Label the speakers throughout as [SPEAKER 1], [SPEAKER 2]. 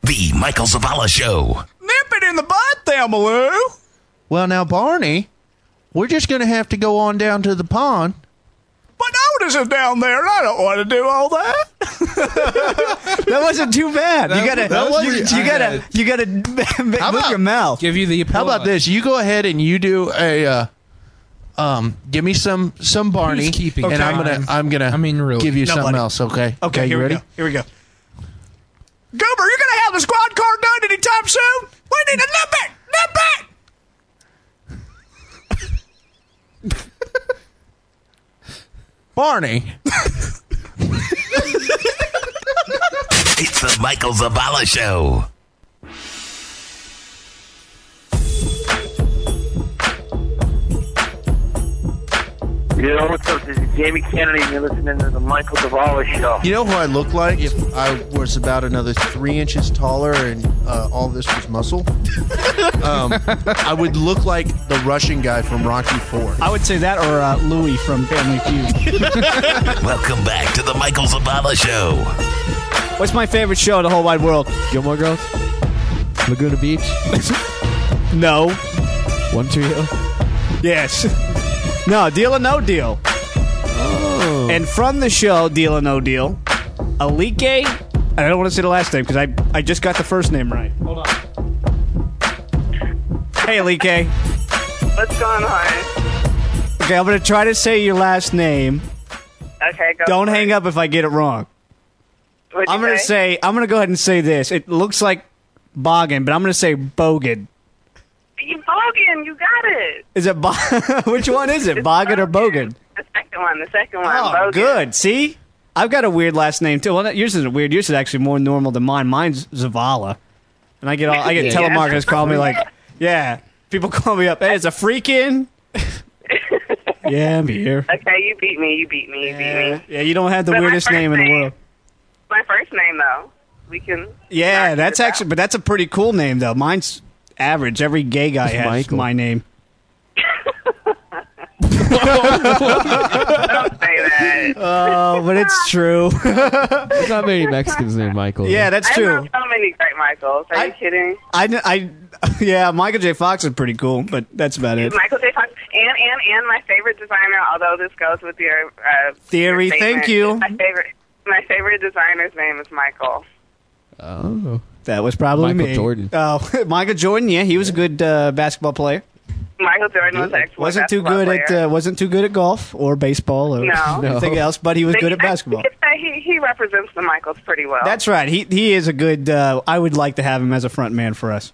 [SPEAKER 1] The Michael Zavala Show.
[SPEAKER 2] Nip it in the butt, Thelmaloo.
[SPEAKER 3] Well, now, Barney, we're just going to have to go on down to the pond.
[SPEAKER 2] But Otis is down there, and I don't want to do all that.
[SPEAKER 4] That wasn't too bad. you gotta,
[SPEAKER 3] that
[SPEAKER 4] you,
[SPEAKER 3] wasn't-
[SPEAKER 4] you
[SPEAKER 5] I
[SPEAKER 4] gotta, you gotta move
[SPEAKER 3] about-
[SPEAKER 4] your mouth.
[SPEAKER 5] Give you the
[SPEAKER 3] How
[SPEAKER 5] applause.
[SPEAKER 3] about this? You go ahead and you do a, uh, um, give me some some Barney,
[SPEAKER 5] Who's keeping
[SPEAKER 3] and I'm
[SPEAKER 5] time?
[SPEAKER 3] gonna I'm gonna
[SPEAKER 5] I mean, really.
[SPEAKER 3] give you something
[SPEAKER 2] Nobody.
[SPEAKER 3] else. Okay.
[SPEAKER 2] Okay,
[SPEAKER 3] you
[SPEAKER 2] here
[SPEAKER 3] ready?
[SPEAKER 2] we go. Here we go. Goober, you're gonna have the squad car done anytime soon? We need a nip it, nip it.
[SPEAKER 3] Barney.
[SPEAKER 1] It's the Michael Zavala Show.
[SPEAKER 6] Yo, what's up? This is Jamie Kennedy, and you're listening to the Michael Davalos Show.
[SPEAKER 3] You know who I look like if I was about another three inches taller and uh, all this was muscle? um, I would look like the Russian guy from Rocky Four.
[SPEAKER 4] I would say that or uh, Louis from Family Feud.
[SPEAKER 1] Welcome back to the Michael Zavala Show.
[SPEAKER 4] What's my favorite show in the whole wide world?
[SPEAKER 7] Gilmore Girls, Laguna Beach,
[SPEAKER 4] No.
[SPEAKER 7] One Tree Hill.
[SPEAKER 4] Yes. No, Deal or No Deal.
[SPEAKER 7] Oh.
[SPEAKER 4] And from the show Deal or No Deal, Alike, and I don't want to say the last name because I, I just got the first name right. Hold on. Hey, Alike. Okay,
[SPEAKER 6] What's going on?
[SPEAKER 4] I'm going to try to say your last name.
[SPEAKER 6] Okay, go.
[SPEAKER 4] Don't hang up if I get it wrong. I'm going to say, I'm going to go ahead and say this. It looks like Boggin, but I'm going to say Bogan.
[SPEAKER 6] You Bogan, you got it.
[SPEAKER 4] Is it Bo- Which one is it? Boggin or Bogan?
[SPEAKER 6] The second one, the second one.
[SPEAKER 4] Oh,
[SPEAKER 6] Bogan.
[SPEAKER 4] good. See, I've got a weird last name too. Well, not- yours isn't weird. Yours is actually more normal than mine. Mine's Zavala, and I get all I get
[SPEAKER 6] Yeah.
[SPEAKER 4] telemarketers call me like, yeah, people call me up. Hey, it's a freaking. yeah, I'm here.
[SPEAKER 6] Okay, you beat me. You beat me. You beat me.
[SPEAKER 4] Yeah, you don't have the
[SPEAKER 6] But my
[SPEAKER 4] weirdest
[SPEAKER 6] first
[SPEAKER 4] name in the
[SPEAKER 6] name-
[SPEAKER 4] world.
[SPEAKER 6] My first name, though. We can.
[SPEAKER 4] Yeah,
[SPEAKER 6] knock
[SPEAKER 4] that's
[SPEAKER 6] this out.
[SPEAKER 4] actually, but that's a pretty cool name though. Mine's average. Every gay guy has
[SPEAKER 3] Michael.
[SPEAKER 4] my name.
[SPEAKER 6] Don't say that.
[SPEAKER 4] Oh, but it's true.
[SPEAKER 7] There's not many Mexicans named Michael.
[SPEAKER 4] yeah, that's
[SPEAKER 6] I know
[SPEAKER 4] true.
[SPEAKER 6] so many great Michaels. Are
[SPEAKER 4] I-
[SPEAKER 6] you kidding?
[SPEAKER 4] I, kn- I, yeah, Michael J. Fox is pretty cool, but that's about it.
[SPEAKER 6] Michael J. Fox and and and my favorite designer. Although this goes with your uh,
[SPEAKER 4] Theory,
[SPEAKER 6] your statement,
[SPEAKER 4] thank you.
[SPEAKER 6] My favorite, my favorite designer's name is Michael.
[SPEAKER 7] Oh.
[SPEAKER 4] That was probably
[SPEAKER 7] Michael
[SPEAKER 4] me.
[SPEAKER 7] Jordan.
[SPEAKER 4] Oh, Michael Jordan. Yeah, he was a good uh, basketball player.
[SPEAKER 6] Michael Jordan was excellent.
[SPEAKER 4] wasn't too
[SPEAKER 6] basketball
[SPEAKER 4] good
[SPEAKER 6] player.
[SPEAKER 4] at uh, wasn't too good at golf or baseball or
[SPEAKER 6] No. No.
[SPEAKER 4] anything else, but he was good at
[SPEAKER 6] I-
[SPEAKER 4] basketball.
[SPEAKER 6] I could say he he represents the Michaels pretty well.
[SPEAKER 4] That's right. He he is a good. Uh, I would like to have him as a front man for us.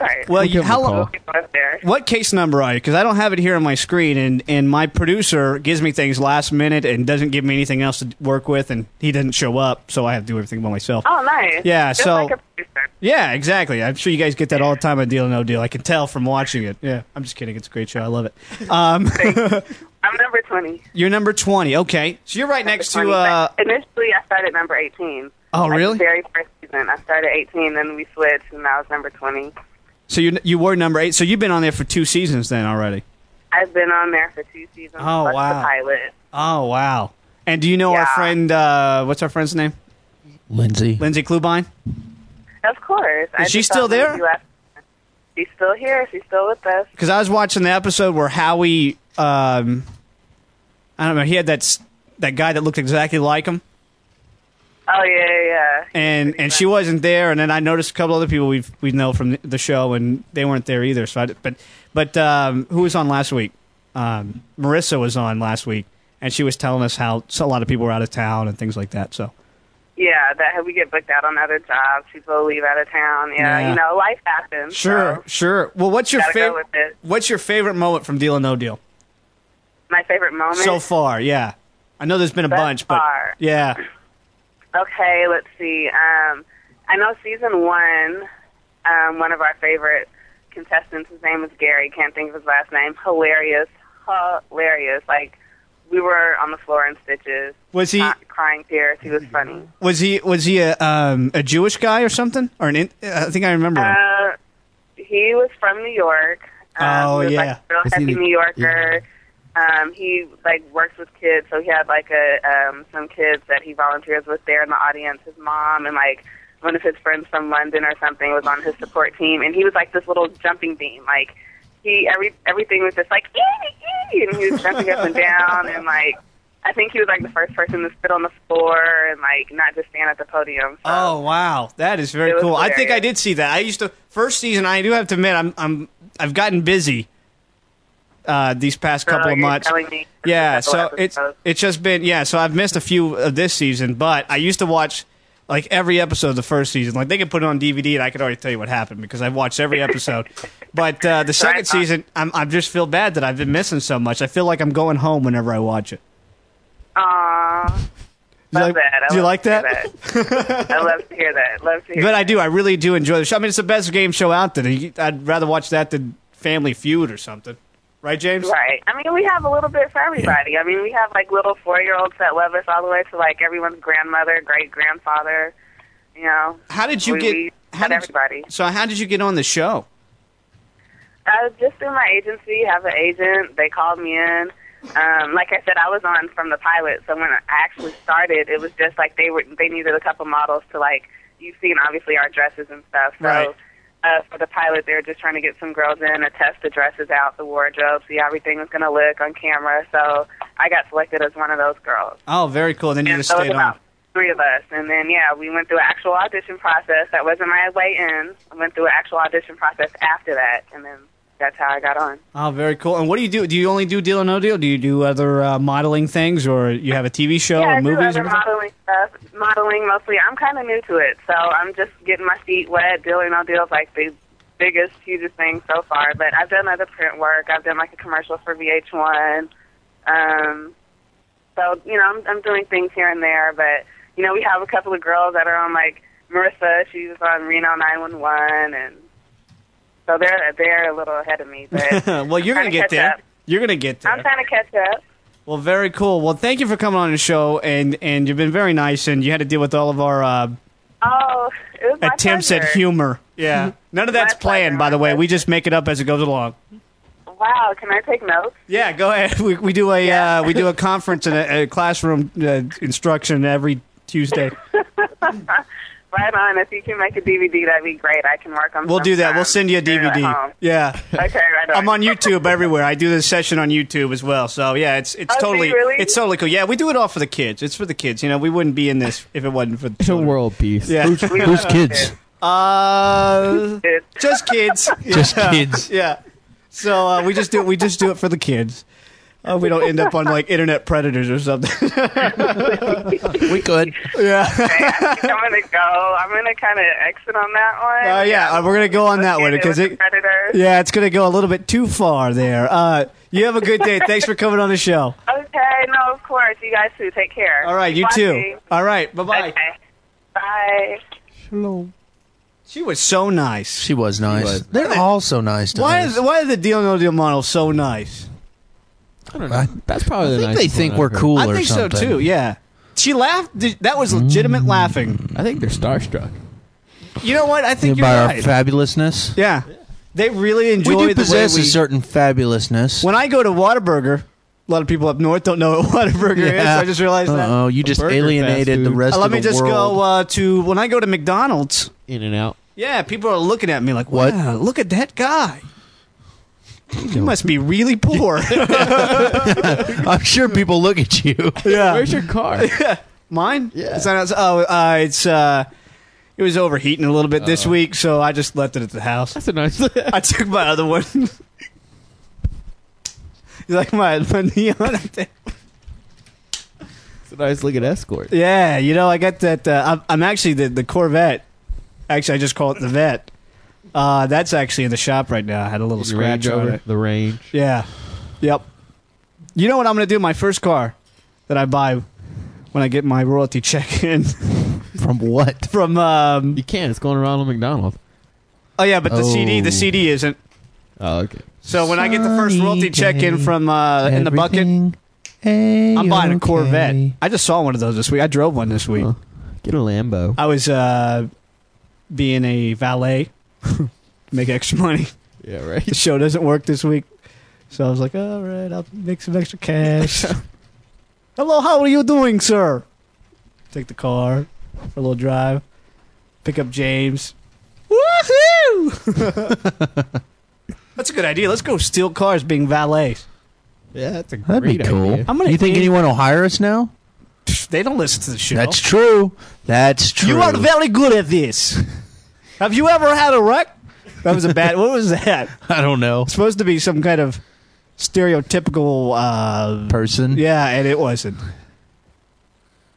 [SPEAKER 6] right.
[SPEAKER 4] Well,
[SPEAKER 7] give
[SPEAKER 4] you,
[SPEAKER 7] him
[SPEAKER 4] how
[SPEAKER 7] a
[SPEAKER 4] long?
[SPEAKER 7] call.
[SPEAKER 6] He was there.
[SPEAKER 4] What case number are you? Because I don't have it here on my screen, and, and my producer gives me things last minute and doesn't give me anything else to work with, and he doesn't show up, so I have to do everything by myself.
[SPEAKER 6] Oh, nice.
[SPEAKER 4] Yeah,
[SPEAKER 6] Just
[SPEAKER 4] so-
[SPEAKER 6] like a producer.
[SPEAKER 4] Yeah, exactly. I'm sure you guys get that all the time on Deal or No Deal. I can tell from watching it. Yeah, I'm just kidding. It's a great show. I love it. Um,
[SPEAKER 6] I'm number twenty.
[SPEAKER 4] You're number 20. Okay. So you're right next to.
[SPEAKER 6] Number 20.
[SPEAKER 4] Uh,
[SPEAKER 6] Initially, I started number eighteen.
[SPEAKER 4] Oh,
[SPEAKER 6] Like,
[SPEAKER 4] really?
[SPEAKER 6] The very first season, I started eighteen, then we switched, and I was number twenty.
[SPEAKER 4] so you you were number eight. So you've been on there for two seasons then already.
[SPEAKER 6] I've been on there for two seasons.
[SPEAKER 4] Oh,
[SPEAKER 6] plus
[SPEAKER 4] wow.
[SPEAKER 6] The pilot.
[SPEAKER 4] Oh wow. And do you know our
[SPEAKER 6] Yeah.
[SPEAKER 4] friend? Uh, what's our friend's name?
[SPEAKER 3] Lindsay.
[SPEAKER 4] Lindsay Klubine.
[SPEAKER 6] Of course. I
[SPEAKER 4] Is she
[SPEAKER 6] just
[SPEAKER 4] still
[SPEAKER 6] thought when
[SPEAKER 4] there?
[SPEAKER 6] you left- She's still here. She's still with us.
[SPEAKER 4] Because I was watching the episode where Howie, um, I don't know, he had that s- that guy that looked exactly like him,
[SPEAKER 6] Oh yeah, yeah, yeah.
[SPEAKER 4] and and she wasn't there. And then I noticed a couple other people we we know from the- the show, and they weren't there either. So I d but but um, who was on last week? Um, Marissa was on last week, and she was telling us how so a lot of people were out of town and things like that. So.
[SPEAKER 6] Yeah, that we get booked out on other jobs. People leave out of town. Yeah,
[SPEAKER 4] Yeah.
[SPEAKER 6] you know, life happens.
[SPEAKER 4] Sure,
[SPEAKER 6] so
[SPEAKER 4] sure. Well, what's your
[SPEAKER 6] Gotta go
[SPEAKER 4] favorite?
[SPEAKER 6] with it.
[SPEAKER 4] What's your favorite moment from Deal or No Deal
[SPEAKER 6] my favorite moment.
[SPEAKER 4] so far? Yeah, I know there's been a
[SPEAKER 6] Thus
[SPEAKER 4] bunch, but
[SPEAKER 6] far.
[SPEAKER 4] yeah,
[SPEAKER 6] Okay, let's see. Um, I know season one. Um, one of our favorite contestants. His name is Gary. Can't think of his last name. Hilarious, hilarious. Like we were on the floor in stitches.
[SPEAKER 4] was he
[SPEAKER 6] not crying tears. He was funny.
[SPEAKER 4] was he was he a um, a Jewish guy or something? Or an in- I think I remember. him.
[SPEAKER 6] Uh, he was from New York. Um,
[SPEAKER 4] Oh,
[SPEAKER 6] he was,
[SPEAKER 4] yeah.
[SPEAKER 6] like, a real
[SPEAKER 7] Is he
[SPEAKER 6] happy
[SPEAKER 7] the-
[SPEAKER 6] New Yorker. Um, he like works with kids, so he had like a um, some kids that he volunteers with there in the audience. His mom and like one of his friends from London or something was on his support team, and he was like this little jumping bean. Like he every everything was just like ee, ee, and he was jumping up and down, and like I think he was like the first person to spit on the floor and like not just stand at the podium. So.
[SPEAKER 4] Oh wow, that is very
[SPEAKER 6] It was
[SPEAKER 4] cool. I think I
[SPEAKER 6] hilarious.
[SPEAKER 4] did see that. I used to first season. I do have to admit, I'm I'm I've gotten busy uh, these past
[SPEAKER 6] So
[SPEAKER 4] couple of
[SPEAKER 6] you're
[SPEAKER 4] months.
[SPEAKER 6] telling me this
[SPEAKER 4] Yeah,
[SPEAKER 6] is the
[SPEAKER 4] so
[SPEAKER 6] last
[SPEAKER 4] it's
[SPEAKER 6] episode.
[SPEAKER 4] it's just been yeah. So I've missed a few of this season, but I used to watch like every episode of the first season. Like they could put it on DVD, and I could already tell you what happened because I've watched every episode. but uh, the
[SPEAKER 6] Sorry,
[SPEAKER 4] second
[SPEAKER 6] Tom.
[SPEAKER 4] season, I'm I just feel bad that I've been missing so much. I feel like I'm going home whenever I watch it.
[SPEAKER 6] Aw,
[SPEAKER 4] Do you
[SPEAKER 6] love
[SPEAKER 4] like-
[SPEAKER 6] that. I
[SPEAKER 4] do you
[SPEAKER 6] love
[SPEAKER 4] like
[SPEAKER 6] to hear
[SPEAKER 4] that?
[SPEAKER 6] that? I love to hear that. Love to hear.
[SPEAKER 4] But
[SPEAKER 6] that.
[SPEAKER 4] I do. I really do enjoy the show. I mean, it's the best game show out there. You- I'd rather watch that than Family Feud or something. Right, James?
[SPEAKER 6] Right. I mean, we have a little bit for everybody. I mean, we have like little four year olds that love us all the way to like everyone's grandmother, great grandfather. You know,
[SPEAKER 4] How did you
[SPEAKER 6] we,
[SPEAKER 4] get?
[SPEAKER 6] we
[SPEAKER 4] how
[SPEAKER 6] got
[SPEAKER 4] did-
[SPEAKER 6] everybody?
[SPEAKER 4] So how did you get on the show?
[SPEAKER 6] I was just through my agency. Have an agent. They called me in. Um, like I said, I was on from the pilot. So when I actually started, it was just like they were they needed a couple models to like. You've seen obviously our dresses and stuff. So
[SPEAKER 4] Right.
[SPEAKER 6] uh, for the pilot, they were just trying to get some girls in to test the dresses out, the wardrobe, see how everything was going to look on camera. So I got selected as one of those girls.
[SPEAKER 4] Oh, very cool. Then you
[SPEAKER 6] And
[SPEAKER 4] just
[SPEAKER 6] so it was
[SPEAKER 4] stayed on.
[SPEAKER 6] about three of us, and then yeah, we went through an actual audition process. That wasn't my way in. I went through an actual audition process after that, and then that's how I got on.
[SPEAKER 4] Oh, very cool. And what do you do? Do you only do Deal or No Deal? Do you do other uh, modeling things, or you have a TV show or
[SPEAKER 6] yeah, I do
[SPEAKER 4] Oh, movies?
[SPEAKER 6] other
[SPEAKER 4] Or anything?
[SPEAKER 6] modeling stuff. Modeling mostly. I'm kind of new to it, so I'm just getting my feet wet. Deal or no deal is like the biggest, hugest thing so far. But I've done other print work. I've done like a commercial for VH1. Um, so you know, I'm, I'm doing things here and there. But you know, we have a couple of girls that are on like Marissa. She's on Reno 911, and so they're they're a little ahead of me. But
[SPEAKER 4] well, you're gonna
[SPEAKER 6] I'm trying to
[SPEAKER 4] get
[SPEAKER 6] catch
[SPEAKER 4] there.
[SPEAKER 6] up.
[SPEAKER 4] You're gonna get there.
[SPEAKER 6] I'm trying to catch up.
[SPEAKER 4] Well, very cool. Well, thank you for coming on the show, and and you've been very nice, and you had to deal with all of our uh,
[SPEAKER 6] Oh, it was my
[SPEAKER 4] attempts at
[SPEAKER 6] pleasure.
[SPEAKER 4] humor. Yeah, none of that's
[SPEAKER 6] My
[SPEAKER 4] planned,
[SPEAKER 6] pleasure,
[SPEAKER 4] by
[SPEAKER 6] my
[SPEAKER 4] the way. We
[SPEAKER 6] pleasure.
[SPEAKER 4] just make it up as it goes along.
[SPEAKER 6] Wow, can I take notes?
[SPEAKER 4] Yeah, go ahead. We, we do a uh, we do a conference and a, a classroom uh, instruction every Tuesday.
[SPEAKER 6] Right on. If you can make a DVD, that'd be great. I can work on.
[SPEAKER 4] We'll do that. We'll send you a
[SPEAKER 6] sometime. You're at
[SPEAKER 4] DVD.
[SPEAKER 6] home.
[SPEAKER 4] Yeah.
[SPEAKER 6] Okay, right on.
[SPEAKER 4] I'm on YouTube everywhere. I do this session on YouTube as well. So yeah, it's it's
[SPEAKER 6] Oh, do you
[SPEAKER 4] totally
[SPEAKER 6] really?
[SPEAKER 4] it's totally cool. Yeah, we do it all for the kids. It's for the kids. You know, we wouldn't be in this if it wasn't for the
[SPEAKER 7] It's a
[SPEAKER 4] children.
[SPEAKER 7] world peace.
[SPEAKER 4] Yeah.
[SPEAKER 7] Who's,
[SPEAKER 6] We
[SPEAKER 7] who's
[SPEAKER 6] love
[SPEAKER 7] kids?
[SPEAKER 4] Uh,
[SPEAKER 6] It's
[SPEAKER 4] just kids.
[SPEAKER 5] Just
[SPEAKER 4] Yeah.
[SPEAKER 5] kids.
[SPEAKER 4] Yeah. So uh, we just do we just do it for the kids. Uh, we don't end up on like internet predators or something.
[SPEAKER 5] We could.
[SPEAKER 4] yeah.
[SPEAKER 6] okay. I'm gonna go. I'm gonna kind of exit on that one.
[SPEAKER 4] Uh, yeah. uh, We're gonna go on that
[SPEAKER 6] Okay,
[SPEAKER 4] one
[SPEAKER 6] it
[SPEAKER 4] because
[SPEAKER 6] was a
[SPEAKER 4] it.
[SPEAKER 6] predator.
[SPEAKER 4] Yeah, it's gonna go a little bit too far there. Uh, you have a good day. Thanks for coming on the show.
[SPEAKER 6] Okay. No, of course. You guys too. Take care.
[SPEAKER 4] All right, you
[SPEAKER 6] Bye.
[SPEAKER 4] too. All right, bye bye.
[SPEAKER 6] Okay. Bye.
[SPEAKER 4] She was so nice.
[SPEAKER 5] She was nice.
[SPEAKER 7] was.
[SPEAKER 5] They're all so nice to
[SPEAKER 4] Why
[SPEAKER 5] us.
[SPEAKER 4] is why are the deal no deal model so nice?
[SPEAKER 5] I,
[SPEAKER 7] That's probably
[SPEAKER 5] I
[SPEAKER 7] the
[SPEAKER 5] think
[SPEAKER 7] nicest
[SPEAKER 5] they
[SPEAKER 7] one
[SPEAKER 5] think
[SPEAKER 7] I've
[SPEAKER 5] we're
[SPEAKER 7] heard.
[SPEAKER 5] cool
[SPEAKER 4] I
[SPEAKER 5] or
[SPEAKER 4] think so
[SPEAKER 5] something. Mm.
[SPEAKER 4] too. Yeah, she laughed. Th- That was legitimate laughing.
[SPEAKER 7] I think they're starstruck.
[SPEAKER 4] You know what? I think you're
[SPEAKER 5] By our
[SPEAKER 4] right.
[SPEAKER 5] fabulousness.
[SPEAKER 4] yeah, they really enjoy
[SPEAKER 5] we
[SPEAKER 4] the
[SPEAKER 5] do possess
[SPEAKER 4] way
[SPEAKER 5] a
[SPEAKER 4] we-
[SPEAKER 5] certain fabulousness.
[SPEAKER 4] When I go to Whataburger, a lot of people up north don't know what Whataburger is.
[SPEAKER 5] Yeah.
[SPEAKER 4] I just realized that.
[SPEAKER 5] Uh-oh, you just
[SPEAKER 7] Burger fast
[SPEAKER 5] alienated the
[SPEAKER 7] food.
[SPEAKER 5] rest
[SPEAKER 4] Uh, let
[SPEAKER 5] of
[SPEAKER 4] me
[SPEAKER 5] the
[SPEAKER 4] just
[SPEAKER 5] world.
[SPEAKER 4] go uh, to when I go to McDonald's.
[SPEAKER 7] In and out.
[SPEAKER 4] Yeah, people are looking at me like,
[SPEAKER 5] What?
[SPEAKER 4] "Wow, look at that guy. You must be really poor."
[SPEAKER 5] I'm sure people look at you.
[SPEAKER 4] yeah.
[SPEAKER 7] Where's your car?
[SPEAKER 4] Mine? Yeah. It's not, oh, uh, it's uh, it was overheating a little bit this week, so I just left it at the house.
[SPEAKER 7] That's a nice. I
[SPEAKER 4] I took my other one. you like my, my neon? I think.
[SPEAKER 7] It's a nice looking escort.
[SPEAKER 4] yeah, you know, I got that. Uh, I'm, I'm actually the, the Corvette. Actually, I just call it the Vet. Uh, that's actually in the shop right now. I had a little
[SPEAKER 7] The
[SPEAKER 4] scratch
[SPEAKER 7] Range
[SPEAKER 4] on
[SPEAKER 7] Rover.
[SPEAKER 4] it.
[SPEAKER 7] The range.
[SPEAKER 4] Yeah. Yep. You know what I'm going to do? My first car that I buy when I get my royalty check in
[SPEAKER 5] From what?
[SPEAKER 4] from um,
[SPEAKER 7] You can. It's going around on McDonald's.
[SPEAKER 4] Oh yeah, but the
[SPEAKER 5] Oh.
[SPEAKER 4] CD, the CD isn't.
[SPEAKER 7] Oh, okay.
[SPEAKER 4] So when I get the first royalty
[SPEAKER 5] Sunny
[SPEAKER 4] check in
[SPEAKER 5] day,
[SPEAKER 4] from uh, in the bucket,
[SPEAKER 5] Everything a-
[SPEAKER 4] I'm buying a
[SPEAKER 5] okay.
[SPEAKER 4] Corvette. I just saw one of those this week. I drove one this week.
[SPEAKER 7] Huh. Get a Lambo.
[SPEAKER 4] I was uh, being a valet, make extra money.
[SPEAKER 7] yeah, right.
[SPEAKER 4] The show doesn't work this week, so I was like, all right, I'll make some extra cash. Hello, how are you doing, sir? Take the car for a little drive. pick up James. Woohoo! That's a good idea. Let's go steal cars being valets.
[SPEAKER 7] Yeah, that's a
[SPEAKER 5] That'd
[SPEAKER 7] great
[SPEAKER 5] be cool.
[SPEAKER 7] idea.
[SPEAKER 4] I'm gonna
[SPEAKER 5] you think
[SPEAKER 4] eat-
[SPEAKER 5] anyone will hire us now?
[SPEAKER 4] Pfft, They don't listen to the show.
[SPEAKER 5] That's true. That's true.
[SPEAKER 4] you are very good at this. Have you ever had a wreck? That was a bad. What was that?
[SPEAKER 5] I don't know.
[SPEAKER 4] Supposed to be some kind of stereotypical. Uh,
[SPEAKER 5] Person.
[SPEAKER 4] yeah, and it wasn't.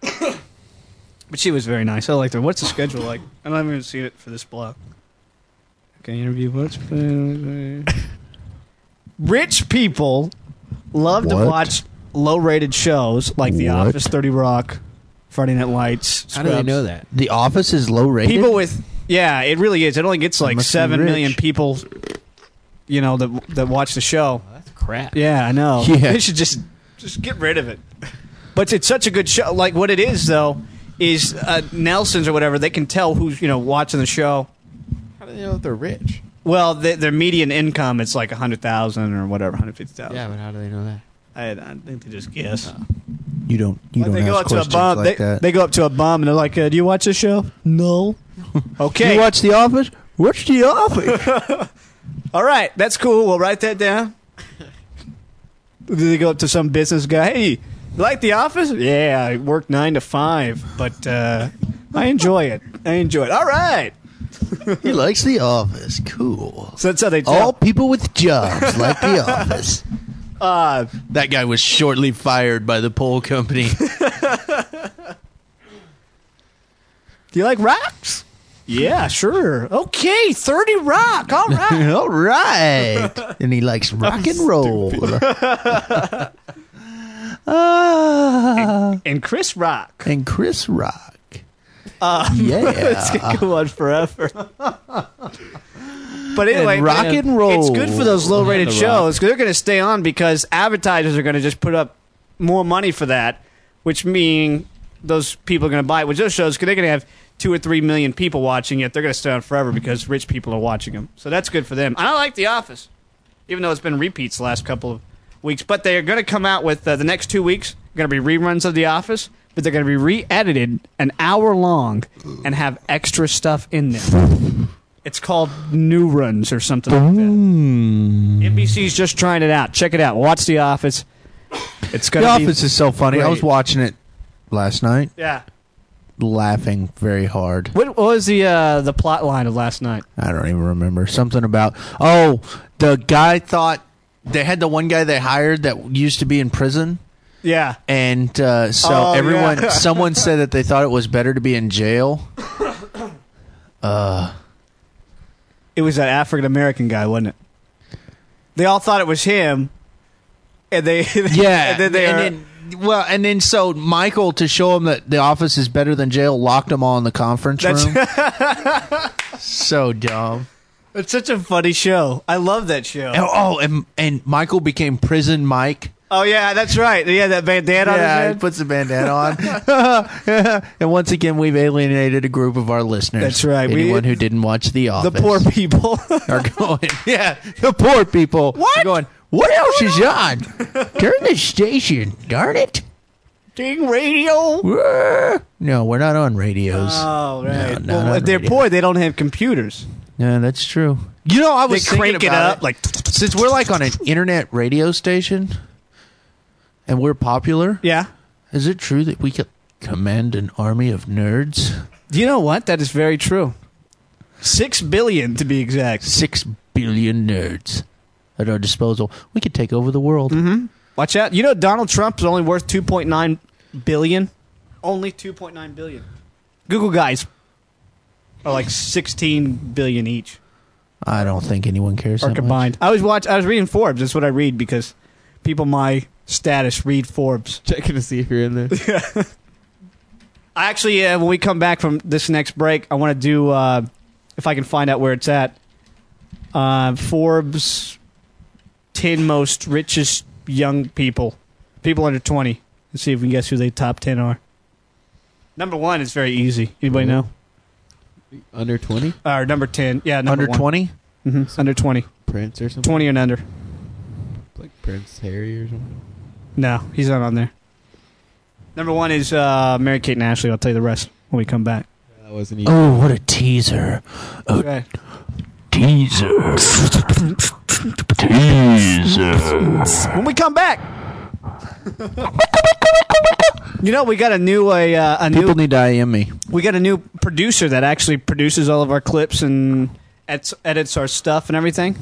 [SPEAKER 4] but she was very nice. I liked her. What's the schedule like? I haven't even seen it for this block. Okay, interview. What's rich people love to
[SPEAKER 5] What?
[SPEAKER 4] watch low-rated shows like The
[SPEAKER 5] What?
[SPEAKER 4] Office, Thirty Rock, Friday Night Lights.
[SPEAKER 7] How do they
[SPEAKER 4] Scrubs.
[SPEAKER 7] know that?
[SPEAKER 5] The office is low rated.
[SPEAKER 4] people with yeah it really is it only gets like
[SPEAKER 5] must be
[SPEAKER 4] seven
[SPEAKER 5] rich.
[SPEAKER 4] million people you know that that watch the show
[SPEAKER 7] That's crap.
[SPEAKER 4] yeah i know
[SPEAKER 5] Yeah.
[SPEAKER 4] they should just just get rid of it but it's such a good show like what it is though is uh, nelson's or whatever they can tell who's you know watching the show
[SPEAKER 7] How do they know if they're rich?
[SPEAKER 4] well the, their median income it's like a 100000 or whatever 150000
[SPEAKER 7] Yeah, but how do they know that?
[SPEAKER 4] I, I think they just guess
[SPEAKER 5] you don't. You
[SPEAKER 4] Like,
[SPEAKER 5] don't
[SPEAKER 4] they go
[SPEAKER 5] ask
[SPEAKER 4] up to a
[SPEAKER 5] questions
[SPEAKER 4] bum
[SPEAKER 5] like
[SPEAKER 4] they,
[SPEAKER 5] that.
[SPEAKER 4] they go up to a bum and they're like uh, do you watch this show no okay
[SPEAKER 5] you watch The Office. Watch The Office.
[SPEAKER 4] All right, that's cool. We'll write that down. Did they go up to some business guy? Hey, you like the office? Yeah, I work nine to five, but uh, I enjoy it. I enjoy it. All right.
[SPEAKER 5] he likes The Office. Cool.
[SPEAKER 4] So that's how they tell.
[SPEAKER 5] All people with jobs like The Office.
[SPEAKER 4] Uh,
[SPEAKER 5] That guy was shortly fired by the poll company.
[SPEAKER 4] do you like rocks? Yeah, sure. Okay, 30 rock. All right.
[SPEAKER 5] All right. And he likes rock and roll. Ah,
[SPEAKER 4] and Chris Rock.
[SPEAKER 5] and Chris Rock. yeah.
[SPEAKER 4] It's gonna go on forever. but anyway,
[SPEAKER 5] And rock
[SPEAKER 4] man,
[SPEAKER 5] and roll.
[SPEAKER 4] It's good for those low-rated
[SPEAKER 7] And the rock.
[SPEAKER 4] shows 'cause they're going to stay on because advertisers are going to just put up more money for that, which mean those people are going to buy it. Which those shows, because they're going to have two or three million people watching it, they're going to stay on forever because rich people are watching them. So that's good for them. And I like The Office, even though it's been repeats the last couple of weeks. But they're going to come out with uh, the next two weeks. Going to be reruns of The Office, but they're going to be re-edited an hour long and have extra stuff in them. It's called New Runs or something like that. Hmm. NBC's just trying it out. Check it out. Watch The Office. It's
[SPEAKER 5] The
[SPEAKER 4] gonna be
[SPEAKER 5] Office is so funny. I was
[SPEAKER 4] great.
[SPEAKER 5] watching it last night,
[SPEAKER 4] yeah.
[SPEAKER 5] laughing very hard.
[SPEAKER 4] What, what was the uh, the plot line of last night?
[SPEAKER 5] I don't even remember. Something about, oh, the guy thought they had the one guy they hired that used to be in prison.
[SPEAKER 4] Yeah,
[SPEAKER 5] and uh, so
[SPEAKER 4] Oh,
[SPEAKER 5] everyone
[SPEAKER 4] yeah.
[SPEAKER 5] someone said that they thought it was better to be in jail
[SPEAKER 4] it was that African American guy, wasn't it? They all thought it was him, and they
[SPEAKER 5] yeah
[SPEAKER 4] and then they are-
[SPEAKER 5] then- well and then so michael to show him that the office is better than jail locked them all in the conference
[SPEAKER 4] That's-
[SPEAKER 5] room so dumb
[SPEAKER 4] it's such a funny show. I love that show.
[SPEAKER 5] oh, oh and and michael became prison mike
[SPEAKER 4] Oh yeah, that's right. Yeah, that bandana on
[SPEAKER 5] yeah,
[SPEAKER 4] his
[SPEAKER 5] he
[SPEAKER 4] head.
[SPEAKER 5] puts a bandana on. and once again, we've alienated a group of our listeners.
[SPEAKER 4] That's right. We-
[SPEAKER 5] Anyone who didn't watch
[SPEAKER 4] the
[SPEAKER 5] The Office.
[SPEAKER 4] poor people.
[SPEAKER 5] are going. Yeah, the poor people.
[SPEAKER 4] What?
[SPEAKER 5] are going? What else is on? Turn the station. Darn it.
[SPEAKER 4] Ding radio.
[SPEAKER 5] Whoa. No, we're not on radios.
[SPEAKER 4] Oh right.
[SPEAKER 5] no,
[SPEAKER 4] well,
[SPEAKER 5] not
[SPEAKER 4] if they're
[SPEAKER 5] radio.
[SPEAKER 4] poor. They don't have computers.
[SPEAKER 5] yeah, that's true. You know, I
[SPEAKER 4] They
[SPEAKER 5] was thinking
[SPEAKER 4] crank it
[SPEAKER 5] about
[SPEAKER 4] up like.
[SPEAKER 5] since we're like on an internet radio station and we're popular.
[SPEAKER 4] Yeah.
[SPEAKER 5] Is it true that we could command an army of nerds?
[SPEAKER 4] You know what? That is very true. Six billion to be exact.
[SPEAKER 5] Six billion nerds at our disposal. We could take over the world.
[SPEAKER 4] Watch out. You know Donald Trump is only worth two point nine billion. Only two point nine billion. Google guys are like sixteen billion each.
[SPEAKER 5] I don't think anyone cares.
[SPEAKER 4] Or
[SPEAKER 5] that much.
[SPEAKER 4] combined. I was watch I was reading Forbes, that's what I read because people my status read Forbes.
[SPEAKER 7] Checking to see if you're in there.
[SPEAKER 4] I actually uh, when we come back from this next break, I want to do uh, if I can find out where it's at. Uh, Forbes ten most richest young people, people under twenty, and see if we can guess who they top ten are. Number one is very easy. Anybody
[SPEAKER 5] Mm-hmm.
[SPEAKER 4] know?
[SPEAKER 7] Under 20?
[SPEAKER 4] Or number ten? Yeah, number
[SPEAKER 5] Under
[SPEAKER 4] one.
[SPEAKER 5] twenty.
[SPEAKER 4] Mhm, Under twenty.
[SPEAKER 7] Prince or something?
[SPEAKER 4] Twenty and under.
[SPEAKER 7] Like Prince Harry or something?
[SPEAKER 4] No, he's not on there. Number one is uh, Mary Kate and Ashley. I'll tell you the rest when we come back.
[SPEAKER 7] Yeah, I wasn't even.
[SPEAKER 5] Oh, what a teaser.
[SPEAKER 4] Okay.
[SPEAKER 1] Uh, Teaser. Teaser.
[SPEAKER 4] When we come back. You know, we got a new a, uh, a new
[SPEAKER 5] People need to E. IM me.
[SPEAKER 4] we got a new producer that actually produces all of our clips and edits, edits our stuff and everything.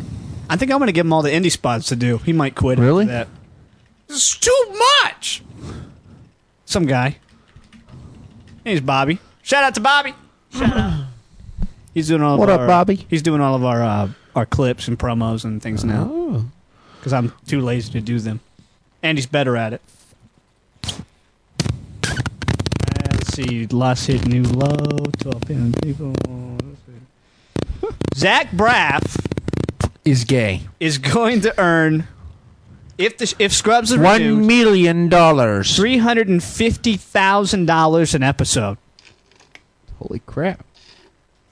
[SPEAKER 4] I think I'm going to give him all the indie spots to do. He might quit. after
[SPEAKER 5] Really?
[SPEAKER 4] That. It's too much. Some guy. He's Bobby. Shout out to Bobby. Shout out. He's doing all.
[SPEAKER 5] What
[SPEAKER 4] of
[SPEAKER 5] up,
[SPEAKER 4] our-
[SPEAKER 5] Bobby?
[SPEAKER 4] He's doing all of our uh, our clips and promos and things now
[SPEAKER 7] Oh.
[SPEAKER 4] because I'm too lazy to do them, and he's better at it. Uh, Let's see, lost hit new low, twelve pin people. Let's see. Zach Braff
[SPEAKER 5] Is gay.
[SPEAKER 4] is going to earn if the if Scrubs is
[SPEAKER 5] One
[SPEAKER 4] renewed
[SPEAKER 5] million dollars.
[SPEAKER 4] three hundred and fifty thousand dollars an episode.
[SPEAKER 7] Holy crap.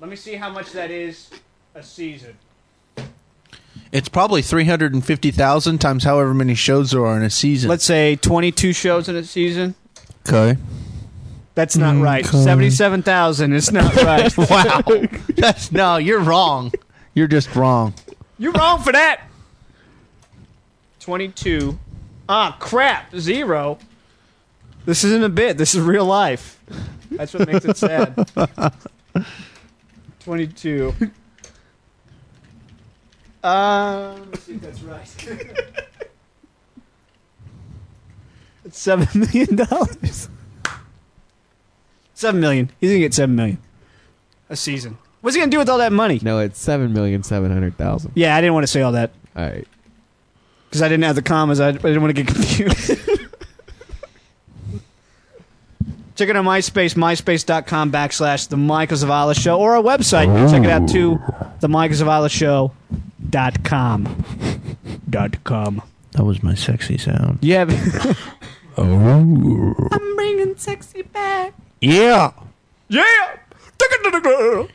[SPEAKER 4] Let me see how much that is a season.
[SPEAKER 5] It's probably three hundred and fifty thousand times however many shows there are in a season.
[SPEAKER 4] Let's say twenty-two shows in a season.
[SPEAKER 5] okay.
[SPEAKER 4] That's not right.
[SPEAKER 5] Okay.
[SPEAKER 4] Seventy-seven thousand is not right.
[SPEAKER 5] Wow. That's no, you're wrong. You're just wrong.
[SPEAKER 4] You're wrong for that. 22. Ah, crap. Zero. This isn't a bit. This is real life. That's what makes it sad. 22. Um, let's see if that's right. it's seven million dollars. Seven million. He's gonna get seven million a season. What's he gonna do with all that money?
[SPEAKER 7] No, it's seven million seven hundred thousand.
[SPEAKER 4] Yeah, I didn't want to say all that.
[SPEAKER 7] All right.
[SPEAKER 4] because I didn't have the commas. I, I didn't want to get confused. check it out MySpace, myspace.com backslash The Michael Zavala Show, or our website. You can check it out too, The Michael Zavala Show dot com. Dot com.
[SPEAKER 5] That was my sexy sound.
[SPEAKER 4] You have,
[SPEAKER 5] Yeah.
[SPEAKER 4] yeah. Take it to the girl.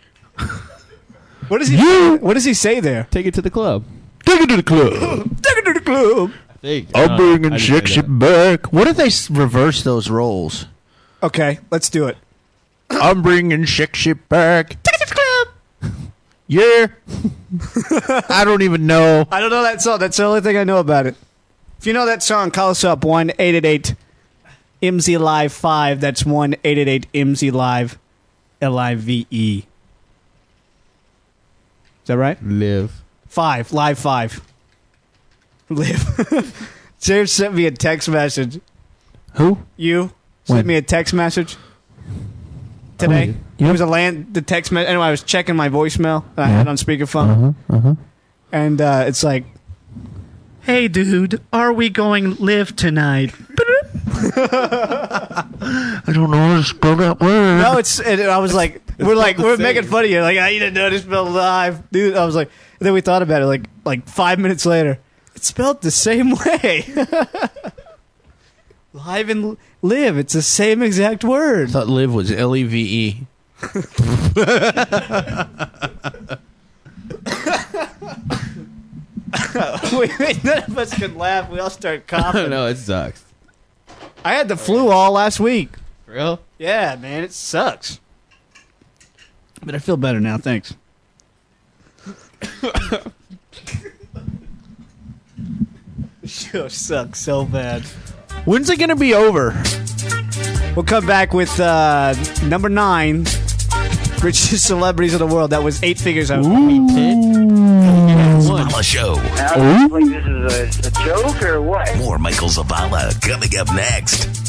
[SPEAKER 4] What does he? What does he say there?
[SPEAKER 7] Take it to the club.
[SPEAKER 5] Take it to the club.
[SPEAKER 4] Take it to the club. Oh,
[SPEAKER 5] I'm bringing sexy back. What if they s- reverse those roles?
[SPEAKER 4] Okay, let's do it.
[SPEAKER 5] I'm bringing sexy back. Take it to the club. Yeah. I don't even know.
[SPEAKER 4] I don't know that song. That's the only thing I know about it. If you know that song, call us up one eight eight eight MZ Live five. That's one eight eight eight MZ Live L I V E. Is that right?
[SPEAKER 7] Live.
[SPEAKER 4] Five live five. Live. James sent me a text message.
[SPEAKER 5] Who?
[SPEAKER 4] You sent
[SPEAKER 5] When?
[SPEAKER 4] me a text message today.
[SPEAKER 5] yeah.
[SPEAKER 4] It was a land the text message. Anyway, I was checking my voicemail that I had on speakerphone,
[SPEAKER 5] Uh-huh,
[SPEAKER 4] and uh, it's like, "Hey, dude, are we going live tonight?"
[SPEAKER 5] I don't know how to spell that word.
[SPEAKER 4] no, it's. And I was like, "We're like, we're making fun of you." Like, I didn't know this spelled live, dude. I was like, and then we thought about it. Like, like five minutes later, it's spelled the same way. live and live. It's the same exact word.
[SPEAKER 5] I thought live was L E V E.
[SPEAKER 4] Wait, wait, none of us can laugh. We all start coughing.
[SPEAKER 7] no, it sucks.
[SPEAKER 4] I had the flu all last week.
[SPEAKER 7] For real?
[SPEAKER 4] Yeah, man, it sucks. But I feel better now, thanks. this show sucks so bad.
[SPEAKER 5] When's it gonna be over?
[SPEAKER 4] We'll come back with uh, number nine richest celebrities of the world. That was eight figures. I was
[SPEAKER 1] Zavala Show.
[SPEAKER 8] I was like, this is a, a joke or what?
[SPEAKER 1] More Michael Zavala coming up next.